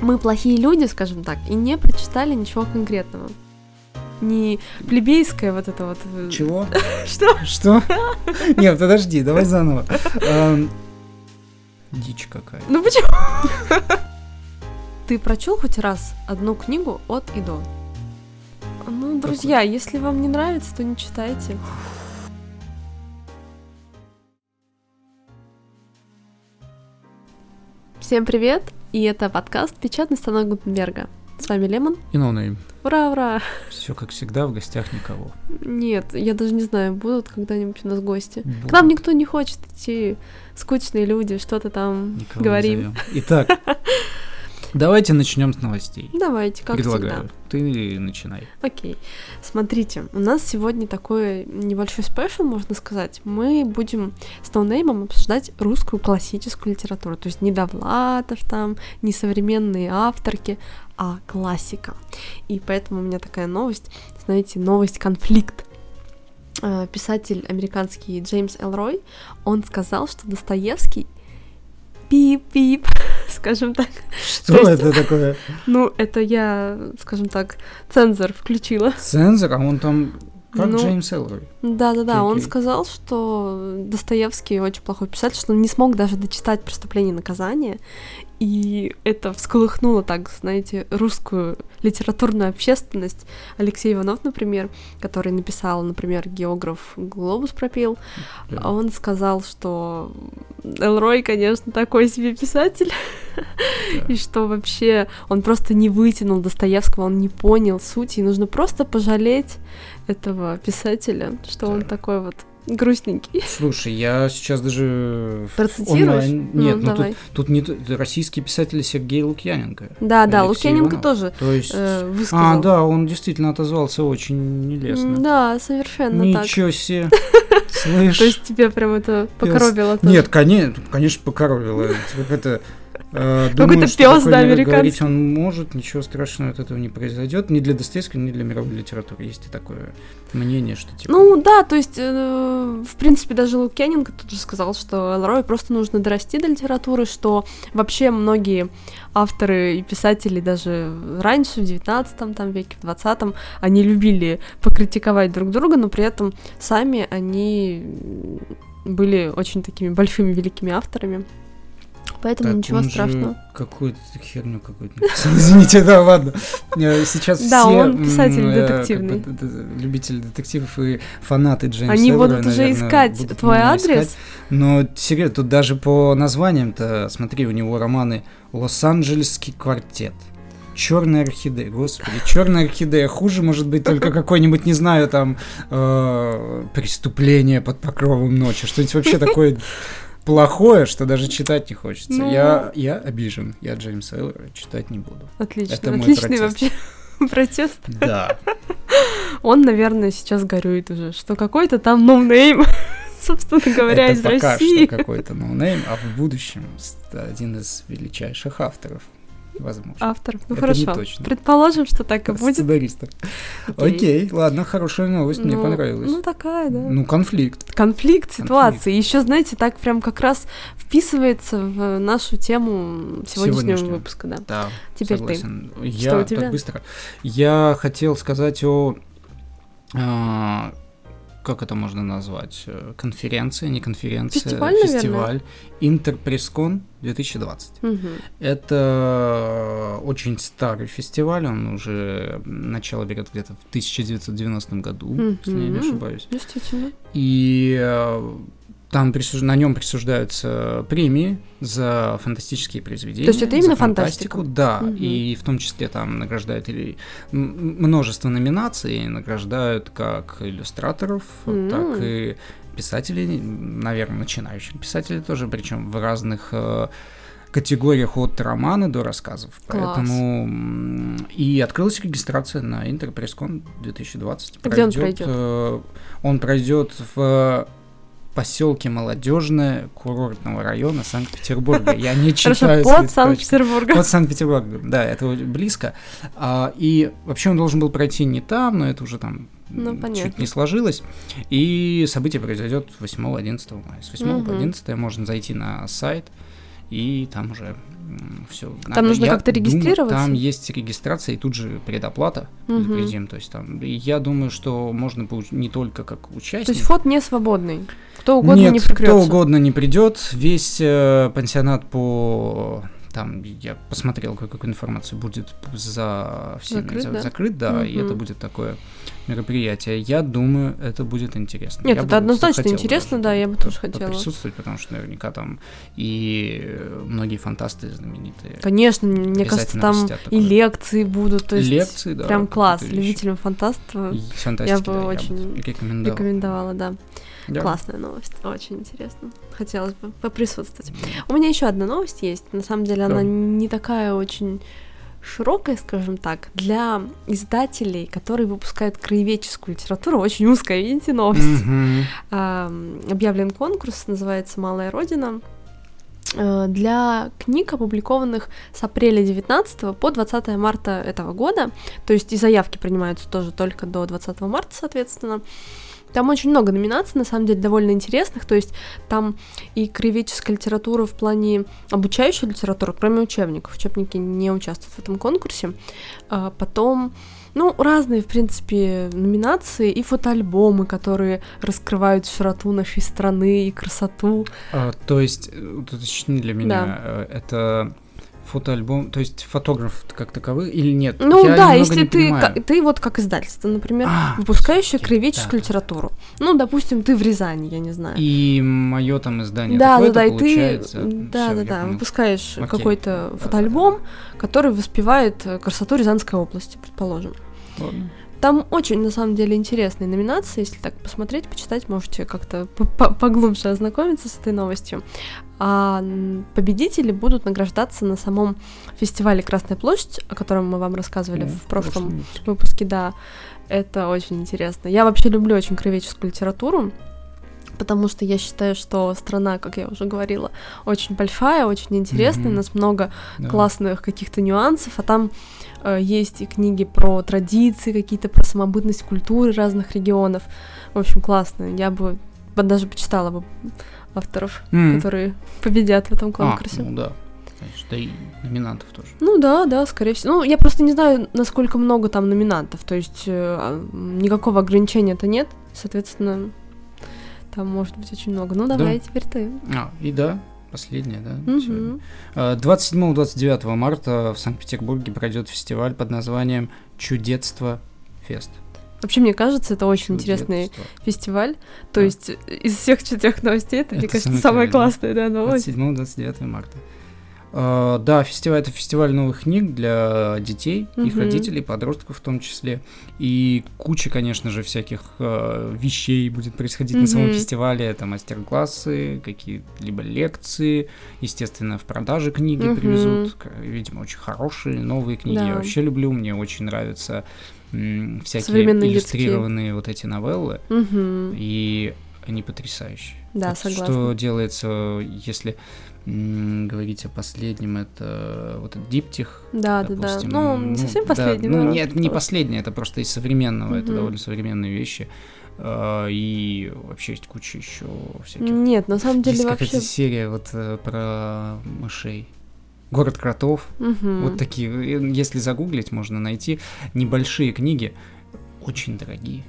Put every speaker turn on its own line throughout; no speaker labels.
мы плохие люди, скажем так, и не прочитали ничего конкретного. Не плебейское вот это вот... э,
Чего?
Что?
Что? Нет, подожди, давай заново. Эм, Дичь какая.
Ну почему? Ты прочел хоть раз одну книгу от и до? Ну, друзья, если вам не нравится, то не читайте. Всем привет! И это подкаст «Печатный станок Гутенберга». С вами Лемон.
И ноунейм.
Ура, ура!
Все как всегда, в гостях никого.
Нет, я даже не знаю, будут когда-нибудь у нас гости. К
Будут.
нам никто не хочет идти. Скучные люди, что-то там
Никого не
говорим.
зовём. Итак, давайте начнем с новостей.
Давайте, как всегда.
Предлагаю. Ты начинай.
Окей. Смотрите, у нас сегодня такой небольшой спешл, можно сказать. Мы будем с ноунеймом обсуждать русскую классическую литературу. То есть не Довлатов там, не современные авторки, а классика. И поэтому у меня такая новость, знаете, новость-конфликт. Э, Писатель американский Джеймс Элрой, он сказал, что Достоевский пип-пип, скажем так,
Что
есть-
это такое?
ну, это я, скажем так, цензор включила.
Цензор, а он там как
Ну.
Джеймс Эллори.
Да-да-да, он
Окей.
сказал, что Достоевский очень плохой писатель, что он не смог даже дочитать «Преступление и наказание», и это всколыхнуло так, знаете, русскую литературную общественность. Алексей Иванов, например, который написал, например, «Географ глобус пропил»,
Да.
он сказал, что Элрой, конечно, такой себе писатель, и что вообще он просто не вытянул Достоевского, он не понял сути, и нужно просто пожалеть этого писателя, что он
Да.
такой вот грустненький.
Слушай, я сейчас даже в
Процитируешь?
онлайн- Нет, ну,
давай.
тут, тут не то- российский писатель Сергей Лукьяненко.
Да, да,
Алексей
Лукьяненко
Иванов.
тоже
То есть...
э,
А,
высказал.
да, он действительно отозвался очень нелестно.
Да, совершенно так.
Ничего себе. Слышь.
То есть тебе прям это покоробило тоже?
Нет, конечно, конечно, покоробило. Как это... э,
Какой-то
думаю, что
пёс,
такое,
да,
наверное,
американский.
Говорить он может, ничего страшного от этого не произойдет. Ни для Достоевского, ни для мировой литературы. Есть и такое мнение, что типа...
Ну да, то есть, э, в принципе, даже Лукьяненко тут же сказал, что Ларой просто нужно дорасти до литературы, что вообще многие авторы и писатели даже раньше, в 19 там, веке, в 20 они любили покритиковать друг друга, но при этом сами они м, были очень такими большими, великими авторами. Поэтому
так
ничего
он же
страшного.
Какую-то херню какую-то. написал. Извините, да, ладно. Э, Сейчас
Да,
все,
он писатель
м, э, как
детективный.
бы, д- д- Любители детективов и фанаты Джеймса
Они
Элроя,
будут уже
наверное,
искать
будут
твой
меня
адрес.
искать. Но серьезно, тут даже по названиям-то, смотри, у него романы Лос-Анджелесский квартет. Черная орхидея, господи, черная орхидея хуже, может быть, только какое-нибудь, не знаю, там э, преступление под покровом ночи, что-нибудь вообще такое плохое, что даже читать не хочется.
Ну.
Я, я обижен, я Джеймса Эллера читать не буду.
Отлично,
это мой
отличный
протест.
вообще протест.
Да.
Он, наверное, сейчас горюет уже, что какой-то там ноунейм, собственно говоря,
Это
из
пока
России.
что какой-то ноунейм, а в будущем ст- один из величайших авторов, возможно.
Автор. Ну
Это не
хорошо.
точно.
Предположим, что так и будет.
Сценаристов. Окей, ладно, хорошая новость, мне
Ну,
понравилась.
Ну, такая, да.
Ну, конфликт.
Конфликт ситуации. Еще, знаете, так прям как раз вписывается в нашу тему сегодняшнего
Сегодняшнего.
выпуска, да.
Да,
Теперь ты.
согласен. Я
Что у
так
тебя?
быстро. Я хотел сказать о... а, как это можно назвать? Э, Конференция, не конференция.
Фестиваль, наверное?
Фестиваль. Интерпресскон 2020.
Мгм.
Это очень старый фестиваль, он уже начало берет где-то в 1990 году, если я не
Мгм.
ошибаюсь.
Ну, Действительно.
И э, там присуж- на нем присуждаются премии за фантастические произведения.
есть это
за
именно
Да,
Мгм.
и в том числе там награждают или м- множество номинаций, награждают как иллюстраторов,
М.
так и писателей, наверное, начинающих писателей тоже, причем в разных э, категориях от романа до рассказов.
Класс.
Поэтому м, и открылась регистрация на Интерпресскон 2020.
Где он пройдет?
э, он пройдет в поселке Молодежное курортного района Санкт-Петербурга. Я не
Хорошо,
читаю.
под
с листочка.
Санкт-Петербурга.
Под Санкт-Петербургом, да, это вот близко. А, и вообще он должен был пройти не там, но это уже там
Ну,
м, чуть
понятно.
не сложилось. И событие произойдет 8-11 мая. С 8 по
Мгм.
11 можно зайти на сайт и там уже все.
нужно как-то регистрироваться?
там есть регистрация и тут же предоплата,
Мгм.
предупредим, то есть там. и я думаю, что можно получ- не только как участник.
То есть фот не свободный. Кто угодно
Нет,
не
кто
прикрется.
угодно не придет. Весь э, пансионат по там я посмотрел, как- какую информацию будет за всеми
Закрыт,
за-
да?
закрыт, да, и
Мгм.
это будет такое мероприятие. Я думаю, это будет интересно.
Нет,
Я
это
бы
однозначно
хотел
интересно,
даже
да,
там
я бы тоже
по-
хотела.
присутствовать, потому что наверняка там и э, многие фантасты знаменитые.
Конечно, мне кажется,
Обязательно
там
посетят
и
такое.
лекции будут. То есть
Лекции, да,
Прям
какие-то
класс.
вещи.
Любителям фантастов
И фантастики,
бы
да, я
очень
рекомендовал.
рекомендовала, да.
Да.
Классная новость, очень интересно. Хотелось бы поприсутствовать. У меня еще одна новость есть. На самом деле она
Да.
не такая очень широкая, скажем так, для издателей, которые выпускают краеведческую литературу. Очень узкая, видите, новость.
Мгм.
Ам, объявлен конкурс, называется «Малая Родина», э, для книг, опубликованных с апреля 19 по 20 марта этого года. То есть и заявки принимаются тоже только до 20 марта, соответственно. Там очень много номинаций, на самом деле, довольно интересных. То есть там и краеведческая литература в плане обучающей литературы, кроме учебников. Учебники не участвуют в этом конкурсе. А потом, ну, разные, в принципе, номинации и фотоальбомы, которые раскрывают широту нашей страны и красоту.
А, то есть, э, вот уточни для меня, э, это фотоальбом, то есть фотограф как таковый или нет?
Ну да,
Я немного
если
не
ты,
понимаю.
ка- ты вот как издательство, например,
А,
выпускающее
всё-таки,
краеведческую
да.
литературу. Ну, допустим, ты в Рязани, я не знаю.
И мое там издание
да, да,
такое-то
да, и ты,
получается.
да,
Всё,
да,
я
да,
понял.
выпускаешь
Окей.
какой-то
Да,
фотоальбом, который воспевает э, красоту Рязанской области, предположим.
Ладно.
Там очень, на самом деле, интересные номинации. Если так посмотреть, почитать, можете как-то по- по- поглубже ознакомиться с этой новостью. А м, победители будут награждаться на самом фестивале «Красная площадь», о котором мы вам рассказывали
О,
в прошлом
прошлом.
выпуске, да. Это очень интересно. Я вообще люблю очень кровеческую литературу, потому что я считаю, что страна, как я уже говорила, очень большая, очень интересная, у
Мгм.
нас много
Да.
классных каких-то нюансов, а там э, есть и книги про традиции какие-то, про самобытность культуры разных регионов. В общем, классно. Я бы вот даже почитала бы авторов,
М.
которые победят в этом
А,
конкурсе.
ну да. Конечно, да и номинантов тоже.
Ну да, да, скорее всего. Ну, я просто не знаю, насколько много там номинантов. То есть э, а, м, никакого ограничения-то нет. Соответственно, там может быть очень много. Ну,
Да.
давай, теперь ты.
А, и да, последняя, да, сегодня.
Мгм.
Э, 27-29 марта в Санкт-Петербурге пройдет фестиваль под названием «Чудетство Фест».
Вообще, мне кажется, это очень интересный
Чудетство.
фестиваль. То
Да.
есть э, из всех четырех новостей, это, мне
Это
кажется,
самое
самая
правильное.
классная да, новость.
27-29 марта. Э, Да, фестиваль это фестиваль новых книг для детей, их
Мгм.
родителей, подростков в том числе. И куча, конечно же, всяких э, вещей будет происходить на самом
Мгм.
фестивале. Это мастер-классы, какие-либо лекции. Естественно, в продаже книги
Мгм.
привезут. К- Видимо, очень хорошие новые книги.
Да.
Я вообще люблю, мне очень нравятся м, всякие
Современные детские.
иллюстрированные вот эти новеллы.
Мгм.
И они потрясающие.
Да,
Вот Что
согласна.
делается, если м, говорить о последнем, это вот этот диптих.
Да, да, да.
допустим.
Ну, не совсем
да,
последний, но
ну,
раз
нет, не
кто-то.
последний, это просто из современного, это
Мгм.
довольно современные вещи. А, И вообще есть куча еще всяких.
Нет, на самом деле
есть
вообще.
какая-то серия вот э, про мышей. Город кротов.
Мгм.
Вот такие, э, если загуглить, можно найти небольшие книги, очень дорогие.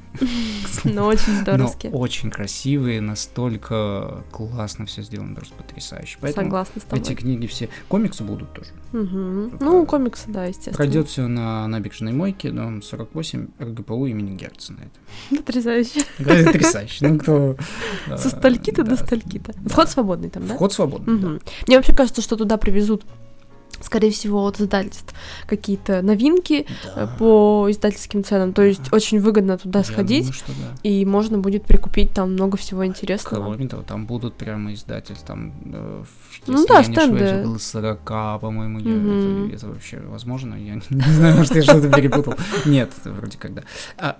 Но Ну, очень
Но
здоровски.
очень красивые, настолько классно все сделано, просто потрясающе. Поэтому
Согласна с тобой.
эти книги все. Комиксы будут тоже.
Мгм.
Про-
Ну, комиксы, да, естественно.
Пройдет все на набережной мойке, дом 48, РГПУ имени Герцена. Это
Потрясающе.
говорит, потрясающе. Ну, кто... э,
Со стальки-то
да.
до стальки-то.
Да.
Вход свободный там, да?
Вход свободный, да.
Мгм. Мне вообще кажется, что туда привезут, скорее всего, от издательств какие-то новинки э,
Да.
по издательским ценам. То есть очень выгодно туда
Я
сходить,
думаю, что да.
и можно будет прикупить там много всего интересного.
Кроме того, там будут прямо издательства, там, э, в-
Ну
если
да,
я не ошибаюсь,
стенды.
около 40, по-моему, я-
Мгм.
это, это вообще возможно, я не знаю, может, я что-то перепутал. Нет, вроде как да. А,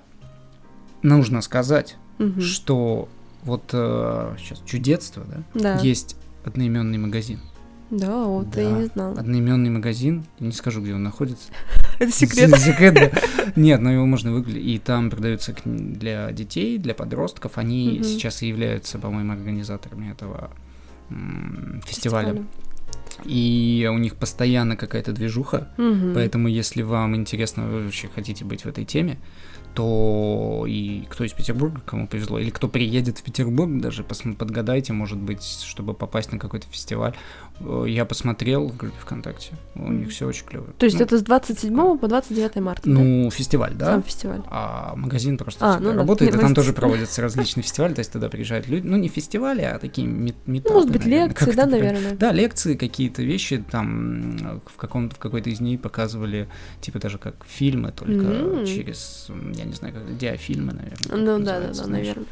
нужно сказать,
Мгм.
что вот сейчас чудесство, да,
Да.
есть одноименный магазин.
Да, вот я
Да.
не знала.
Одноименный магазин, не скажу, где он находится.
Это секрет.
Секрет, да. Нет, но его можно выглядеть. И там продаются кни- для детей, для подростков. Они
Мгм.
сейчас и являются, по-моему, организаторами этого м, фестиваля. И у них постоянно какая-то движуха.
Мгм.
Поэтому, если вам интересно, вы вообще хотите быть в этой теме, то и кто из Петербурга, кому повезло, или кто приедет в Петербург, даже посм- подгадайте, может быть, чтобы попасть на какой-то фестиваль. Э, Я посмотрел в группе ВКонтакте, у них
Мгм.
все очень клево.
То есть
ну,
это с 27 по 29 марта. да?
ну, фестиваль, да?
Сам фестиваль.
А магазин просто
А,
всегда
ну да,
работает,
не,
и
ну,
там тоже
естественно.
проводятся различные фестивали, то есть туда приезжают люди, ну не фестивали, а такие мет- метапы,
Ну, может быть,
наверное, как
лекции,
это
да,
правильно?
наверное.
Да, лекции, какие-то вещи, там м, в, каком, в какой-то из них показывали, типа даже как фильмы, только
Мгм.
через, м, я не знаю, как диафильмы, наверное. как
Ну да, да,
называется,
да,
знаешь.
наверное.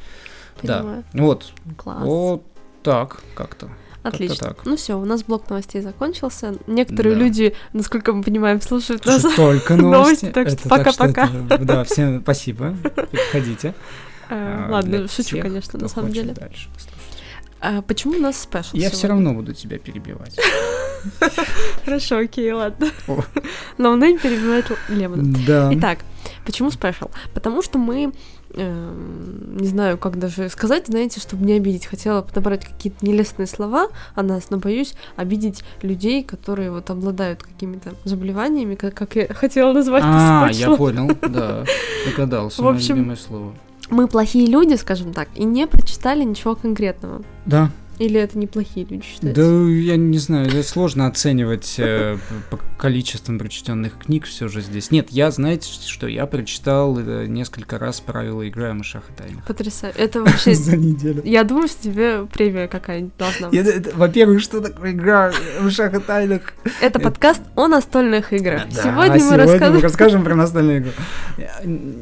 Да.
Понимаю.
Вот,
Класс.
вот так как-то.
Отлично.
так.
Ну все, у нас блок новостей закончился. Некоторые
Да.
люди, насколько мы понимаем, слушают нас.
Слушай, только
Ну, новости,
новости.
так что
Это так,
пока-пока.
это- Да, всем спасибо, приходите.
Э,
А,
Ладно,
для
шучу,
тех,
конечно,
кто
на самом
хочет
деле.
дальше послушать.
А Почему у нас спешл?
Я все
сегодня?
равно буду тебя перебивать.
Хорошо, окей, ладно.
О.
Ноунейм перебивает Л- Лемона.
Да.
Итак, почему спешл? Потому что мы, эм, не знаю, как даже сказать, знаете, чтобы не обидеть. Хотела подобрать какие-то нелестные слова о нас, но боюсь обидеть людей, которые вот обладают какими-то заболеваниями, как, как я хотела назвать
А,
это
я
спешл.
понял, да, догадался,
В
мое
общем-
любимое слово.
Мы плохие люди, скажем так, и не прочитали ничего конкретного.
Да,
Или это неплохие люди считаются?
да, я не знаю, это сложно оценивать э, по по количествам прочитанных книг все же здесь. Нет, я, знаете, ш- что я прочитал э, несколько раз правила игры о мышах и тайнах.
Потрясающе. Это вообще...
неделю.
Я думаю, что тебе премия какая-нибудь должна быть.
Это- э, это- Во-первых, что такое игра о мышах и тайнах?
Это подкаст о настольных играх.
э, Да, А
Сегодня мы
сегодня мы
расскажем...
расскажем про настольную игру.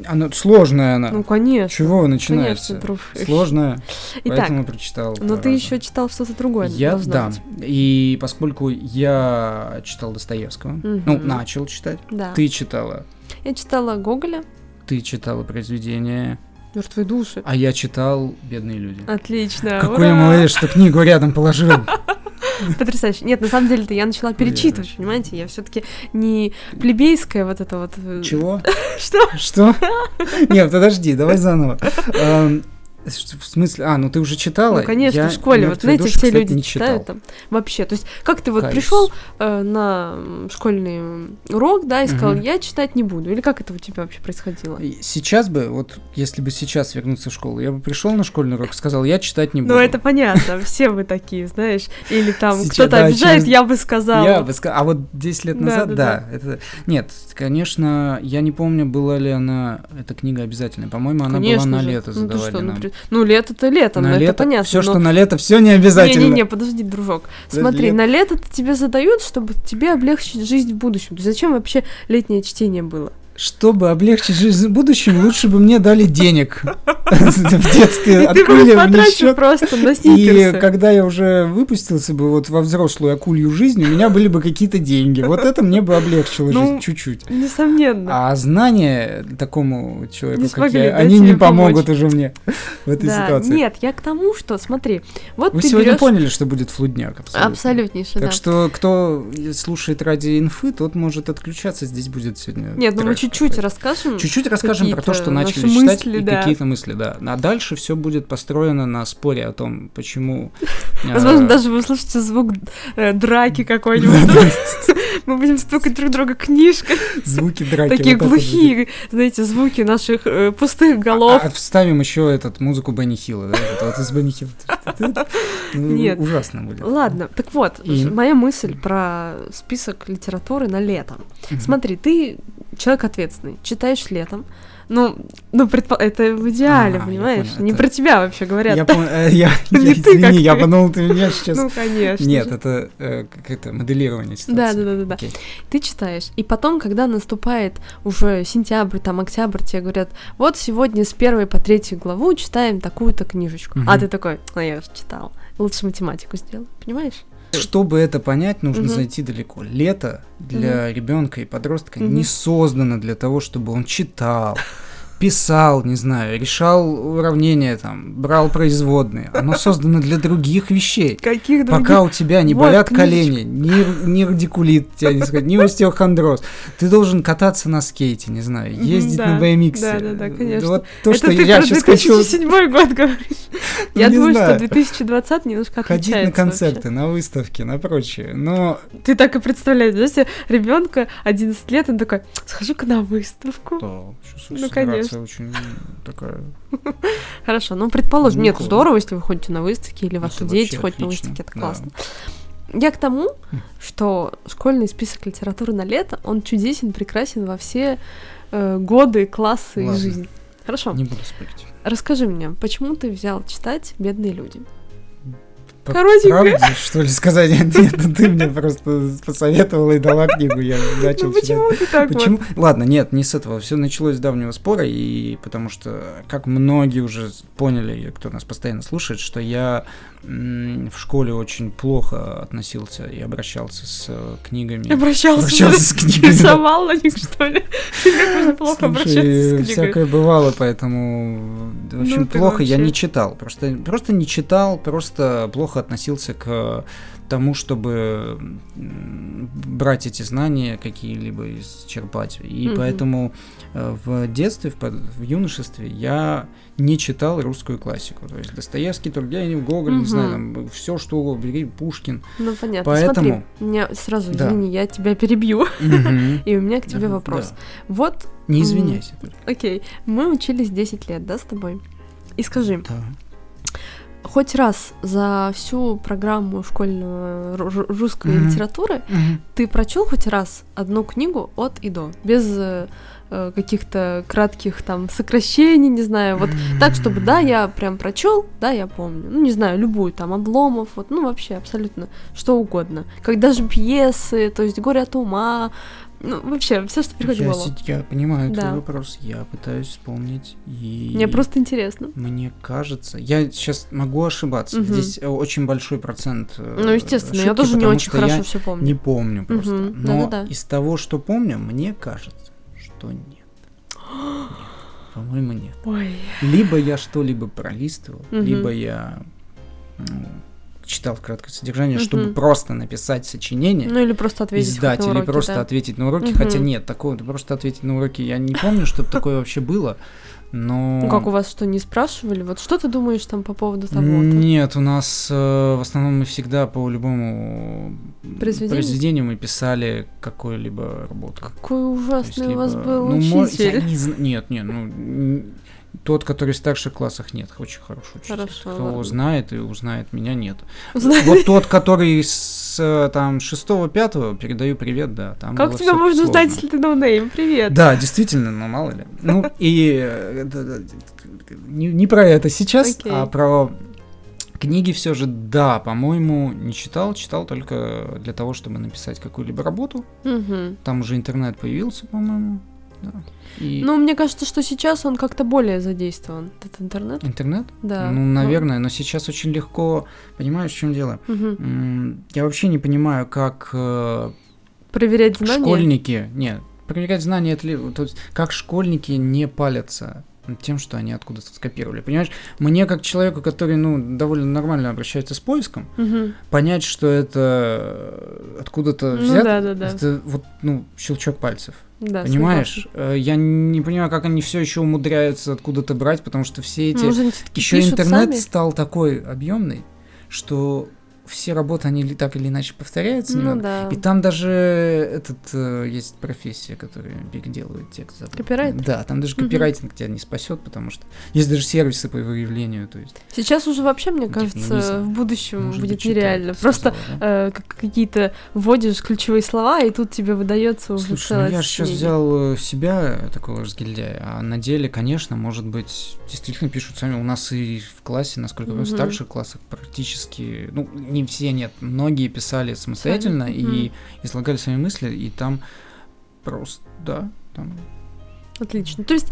Она сложная
Ну,
она.
конечно.
Чего вы
Конечно,
начинаете?
друг.
Сложная,
Итак,
поэтому прочитал.
но
два
ты
раза.
еще читал что-то другое.
Я,
должно
да.
быть.
И поскольку я читал Достоевского,
Мгм.
ну, начал читать,
Да.
ты читала,
Я читала Гоголя,
ты читала произведение,
«Мертвые души».
а я читал «Бедные люди».
Отлично,
Какой
ура!
я молодец, что книгу рядом положил.
Потрясающе. Нет, на самом деле-то я начала перечитывать,
Потрясающе.
понимаете? Я все-таки не плебейская вот это вот... э,
Чего?
Что?
Что? Нет, подожди, давай заново. Эм, с- В смысле, а, ну ты уже читала?
Ну, конечно,
Я
в школе, вот
«Мертвые
знаете,
души»,
все
кстати,
люди
не
читают
читал.
там. Вообще, то есть, как ты вот
Каюсь.
пришел э, на м, школьный м, урок, да, и сказал,
Мгм.
я читать не буду. Или как это у тебя вообще происходило?
И Сейчас бы, вот если бы сейчас вернуться в школу, я бы пришел на школьный урок и сказал, я читать не буду.
Ну, это понятно, все вы такие, знаешь. Или там
Сейчас,
кто-то
да,
обижает,
через-
я бы сказала.
Я бы сказал, а вот 10 лет
Да,
назад,
да,
да, это... Нет, конечно, я не помню, была ли она, эта книга обязательная. По-моему, она
Конечно
была на
же.
лето,
ну, ты
задавали
что, ну,
нам.
при- ну, лето-то лето,
на
ну,
лето,
это понятно.
все,
но-
что на лето, все не обязательно.
Не-не-не, подожди, дружок.
Да,
Смотри,
лет-
на лето-то тебе задают, чтобы тебе облегчить жизнь в будущем. То есть зачем вообще летнее чтение было?
Чтобы облегчить жизнь в будущем, лучше бы мне дали денег. В детстве
И ты бы
Э, открыли
их
мне
потратил
счет.
просто на
И
сникерсы.
когда я уже выпустился бы вот во взрослую акулью жизнь, у меня были бы какие-то деньги. Вот это мне бы облегчило
Ну,
жизнь чуть-чуть.
Несомненно.
А знания такому человеку,
Не
как
смогли,
я,
да,
они
тебе
не помогут
помочь.
уже мне в этой
Да,
ситуации.
Нет, я к тому, что, смотри, вот
Вы
ты
сегодня
берешь-
поняли, что будет флудняк абсолютно.
Абсолютнейше,
Так
да.
что кто слушает ради инфы, тот может отключаться. Здесь будет сегодня.
Нет, ну мы
трэш
чуть-чуть
какой-то.
расскажем.
Чуть-чуть расскажем про то,
какие-то
что начали
наши
читать
мысли,
и
да.
какие-то мысли, да. А дальше все будет построено на споре о том, почему. э,
Возможно, даже вы услышите звук э, драки какой-нибудь. Мы будем стукать друг друга книжкой.
звуки драки.
Такие
вот это будет.
глухие, знаете, звуки наших э, пустых голов.
А, а вставим еще этот музыку Бенни Хилла, да? вот это Вот из Бенни Хилла. Ну,
Нет.
Ужасно будет.
Ладно, так вот,
И?
моя мысль про список литературы на лето.
Мгм.
Смотри, ты человек ответственный, читаешь летом, ну, ну предпо- это в идеале,
А, я
понимаешь?
понял,
Не
это-
про тебя вообще говорят.
Я пон- э, я-
Не
я-
ты, как
Извини, я
ты.
подумал, ты меня сейчас
Ну, конечно.
Нет,
же.
это э, как это моделирование ситуации.
Да, да, да, да, да.
Окей.
Ты читаешь, и потом, когда наступает уже сентябрь, там октябрь, тебе говорят, вот сегодня с первой по третью главу читаем такую-то книжечку. А
Мгм.
ты такой, ну я же читал, лучше математику сделал, понимаешь?
Чтобы это понять, нужно
Мгм.
зайти далеко. Лето для ребенка и подростка не
Мгм.
создано для того, чтобы он читал, писал, не знаю, решал уравнения, там, брал производные. Оно создано для других вещей.
Каких других?
Пока у тебя не
Вот
болят
книжечка.
колени, ни, ни радикулит тебя не сказать, ни остеохондроз, ты должен кататься на скейте, не знаю,
Мгм,
ездить
да,
на BMX.
да, да, да, конечно.
Вот то,
Это
что
ты
я
про
сейчас хочу
2007 год говоришь.
Ну,
Я
не
думаю, что
знаю.
2020 немножко
ходить
отличается
на концерты,
вообще.
на выставки, на прочее. Но
Ты так и представляешь, да, себе ребенка 11 лет, он такой, схожу-ка на выставку.
да, сейчас
Ну, конечно.
очень такая.
Хорошо, ну предположим,
Ну,
нет,
классно.
здорово, если вы ходите на выставки или ваши
Это
дети
вообще
ходят на
отлично,
выставки, это
да. Хм.
классно. Я к тому, что школьный список литературы на лето, он чудесен, прекрасен во все э, годы, классы и
Ладно.
жизнь. Хорошо,
Не буду спорить.
расскажи мне, почему ты взял читать «Бедные люди»?
По
Коротенькая.
правде, что ли, сказать? Нет, ну ты мне просто посоветовала и дала книгу, я начал
ну
читать.
почему ты так
Почему? Ладно, нет, не с этого. Все началось с давнего спора, и потому что, как многие уже с- поняли, кто нас постоянно слушает, что я м, в школе очень плохо относился и обращался с э,
вот?
книгами.
Обращался.
Обращался с книгами. да.
Рисовал на них, что ли? Как можно плохо
Слушай, э,
обращаться с книгой?
всякое бывало, поэтому в общем
Ну, ты
плохо я
вообще.
не читал, просто просто не читал, просто плохо относился к тому, чтобы м, брать эти знания какие-либо исчерпать, и
Мгм.
поэтому э, в детстве, в, под- в юношестве я не читал русскую классику, то есть Достоевский, Тургенев, Гоголь, не знаю, там все что угодно, бери Пушкин.
Ну понятно,
Поэтому-
смотри, у меня сразу,
Да.
извини, я тебя перебью,
Мгм.
и у меня к тебе
Да.
вопрос. Вот,
Не
М.
извиняйся.
окей, мы учились 10 лет, да, с тобой? И скажи,
Да.
хоть раз за всю программу школьного ру- ру- русской
Мгм.
литературы ты прочел хоть раз одну книгу от и до, без э, э, каких-то кратких там сокращений, не знаю, вот так, чтобы да, я прям прочел, да, я помню, ну не знаю, любую там обломов, вот, ну вообще абсолютно что угодно, как даже пьесы, то есть горе от ума, ну вообще все, что приходит в
я,
голову.
сид- я понимаю
Да.
твой вопрос, я пытаюсь вспомнить и...
Мне просто интересно.
Мне кажется, я сейчас могу ошибаться,
Мгм.
здесь э, очень большой процент э,
Ну естественно, я
ошибки,
тоже не
потому
очень
что я
хорошо все помню.
не помню просто.
Мгм,
Но
да-да-да.
из того, что помню, мне кажется, что нет. Нет. По-моему, нет.
Ой,
Либо я что-либо пролистывал,
Мгм.
либо я ну, читал краткое содержание,
Мгм.
чтобы просто написать сочинение,
ну или просто ответить. хоть на
издать или
уроки,
просто
да.
ответить на уроки.
Мгм.
Хотя нет, такого просто ответить на уроки я не помню, чтобы такое вообще было. Но
Ну как у вас что, не спрашивали? Вот что ты думаешь там по поводу того?
нет, у нас э, в основном мы всегда по любому
Произведению?
произведению мы писали какую-либо работу.
Какой ужасный у вас
Если бы-
был
ну, мо- я
учитель.
не зн- Нет, нет, ну н- тот, который в старших классах, нет, очень хороший учитель.
Хорошо,
Кто
ладно.
знает и узнает меня, нет.
Знаешь,
Вот тот, который с э, там 6-5, передаю привет, да. Там
Как
было
тебя
всё
можно
сложно.
узнать, если ты ноунейм? Привет.
Да, действительно, но мало ли. Ну, и э, да, да, не, не про это сейчас,
Окей.
а про книги все же, да, по-моему, не читал, читал только для того, чтобы написать какую-либо работу.
Мгм.
Там уже интернет появился, по-моему. Да. И
Ну, мне кажется, что сейчас он как-то более задействован, этот интернет.
интернет?
Да.
Ну, наверное, но сейчас очень легко, понимаешь, в чем дело?
Мгм.
М, Я вообще не понимаю, как э,
Проверять знания.
Школьники, нет, проверять знания, это ли- то есть как школьники не палятся над тем, что они откуда-то скопировали. Понимаешь, мне как человеку, который, ну, довольно нормально обращается с поиском,
Мгм.
понять, что это э, откуда-то
Ну
взято,
да, да, да.
это вот, ну, щелчок пальцев.
Да,
понимаешь?
согласна.
Э, Я не понимаю, как они все еще умудряются откуда-то брать, потому что все эти...
Может, они всё-таки
Еще
Ну, пишут
интернет
сами?
стал такой объемный, что все работы, они ли- так или иначе повторяются.
Ну
немного.
да.
И там даже этот э, есть профессия, которая переделывает текст. забыл.
Копирайтер?
Да, там даже
Мгм.
копирайтинг тебя не спасет, потому что есть даже сервисы по выявлению, то есть.
Сейчас уже вообще, мне
Нет, ну, не
кажется,
знаю.
в будущем
может
будет
быть, читал,
нереально.
ты
Просто
сказала, да?
э, как- какие-то вводишь ключевые слова, и тут тебе выдается уже
Слушай, ну
целое
я же сейчас
сочинение.
взял э, себя, э, такого разгильдяя, а на деле, конечно, может быть, действительно пишут сами. У нас и в классе, насколько я
Мгм.
помню, в старших классах практически, ну, не все, нет, многие писали самостоятельно и
мгм.
излагали свои мысли, и там просто, да, там
Отлично. То есть,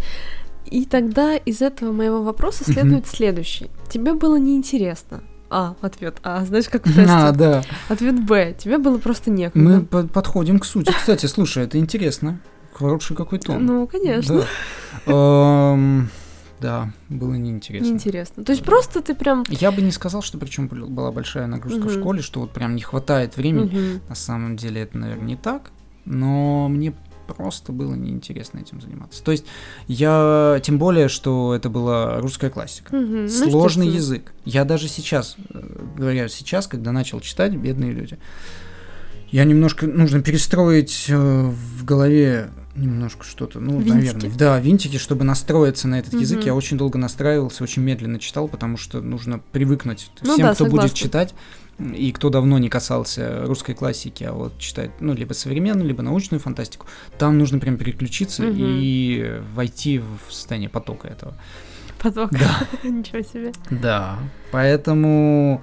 и тогда из этого моего вопроса
Мгм.
следует следующий. Тебе было неинтересно. А, ответ. А, знаешь, как в тесте?
А, да.
Ответ Б. Тебе было просто некогда.
Мы по- подходим к сути. Кстати, слушай, это интересно. хороший какой тон.
Ну, конечно.
Да, Эм, да, было неинтересно.
Неинтересно. То есть просто ты прям...
Я бы не сказал, что причем была большая нагрузка в
Мгм.
школе, что вот прям не хватает времени.
Мгм.
На самом деле это, наверное, не так, но мне просто было неинтересно этим заниматься. То есть я, тем более, что это была русская классика.
Мгм. Ну,
Сложный
естественно.
язык. Я даже сейчас, э, говоря сейчас, когда начал читать «Бедные люди», я немножко, нужно перестроить э, в голове немножко что-то, ну,
Винтики.
наверное, да, винтики, чтобы настроиться на этот язык.
Мгм.
Я очень долго настраивался, очень медленно читал, потому что нужно привыкнуть
Ну
всем,
да,
кто будет
согласна.
читать. И кто давно не касался русской классики, а вот читает, ну, либо современную, либо научную фантастику, там нужно прям переключиться
Мгм.
и войти в состояние потока этого.
Поток.
Да.
типа, Ничего себе.
Да, поэтому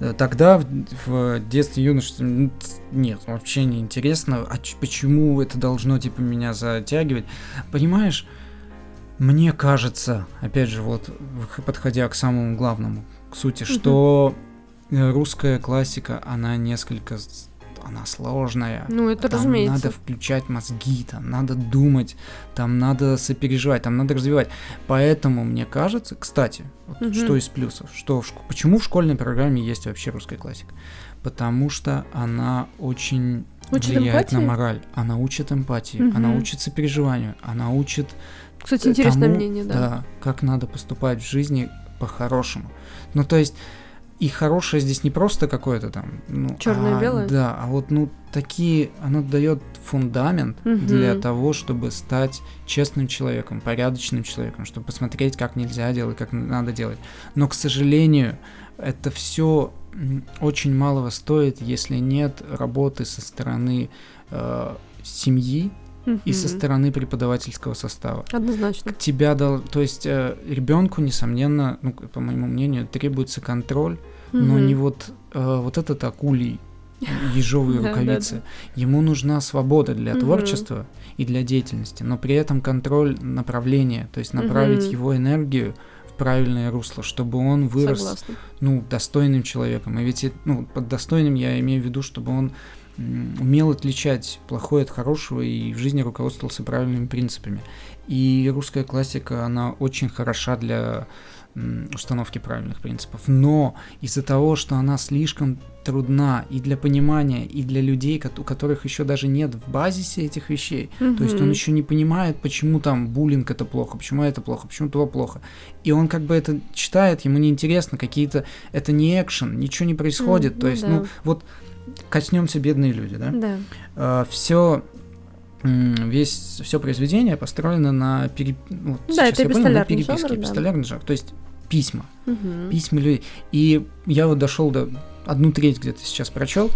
э, тогда в, в детстве юношестве м, ц- нет, вообще не интересно, а ч- почему это должно типа меня затягивать? Понимаешь, мне кажется, опять же, вот в- подходя к самому главному, к сути,
Мгм.
что э, русская классика, она несколько, с- она сложная.
Ну, это
Там
разумеется.
надо включать мозги, там надо думать, там надо сопереживать, там надо развивать. Поэтому мне кажется, кстати, вот
Мгм.
что из плюсов, что в шк- почему в школьной программе есть вообще русская классика? Потому что она очень
Учит
влияет
эмпатии?
на мораль, она учит эмпатии, она
Мгм.
учит сопереживанию, она учит
Кстати,
т-
интересное
тому,
мнение, да.
Да, как надо поступать в жизни по-хорошему. Ну, то есть, и хорошее здесь не просто какое-то там... Ну,
Чёрное и
а,
белое?
Да, а вот, ну, такие... Оно дает фундамент
Мгм.
для того, чтобы стать честным человеком, порядочным человеком, чтобы посмотреть, как нельзя делать, как н- надо делать. Но, к сожалению, это все очень малого стоит, если нет работы со стороны э, семьи
Мгм.
и со стороны преподавательского состава
Однозначно.
тебя дал, то есть э, ребенку несомненно, ну к- по моему мнению, требуется контроль, но
Мгм.
не вот э, вот этот акулий ежовые
Да, да,
рукавицы. Ему нужна свобода для
Мгм.
творчества и для деятельности, но при этом контроль направления, то есть направить
Мгм.
его энергию в правильное русло, чтобы он вырос
Согласна.
ну, достойным человеком. И ведь, э, ну, под достойным я имею в виду, чтобы он м, умел отличать плохое от хорошего и в жизни руководствовался правильными принципами. И русская классика, она очень хороша для м, установки правильных принципов. Но из-за того, что она слишком трудна и для понимания, и для людей, кот- у которых еще даже нет в базисе этих вещей, то есть он
Мгм.
еще не понимает, почему там буллинг это плохо, почему это плохо, почему то плохо. И он как бы это читает, ему неинтересно, какие-то... Это не экшен, ничего не происходит.
М,
то
ну
есть,
да.
ну, вот коснемся бедные люди, да?
Да.
все весь все произведение построено на пере... ну, вот
Да,
сейчас
это
я понял, на
эпистолярный
переписке,
жанр, да.
эпистолярный жанр, то есть письма,
Мгм.
письма людей. И я вот дошел до одну треть где-то сейчас прочел,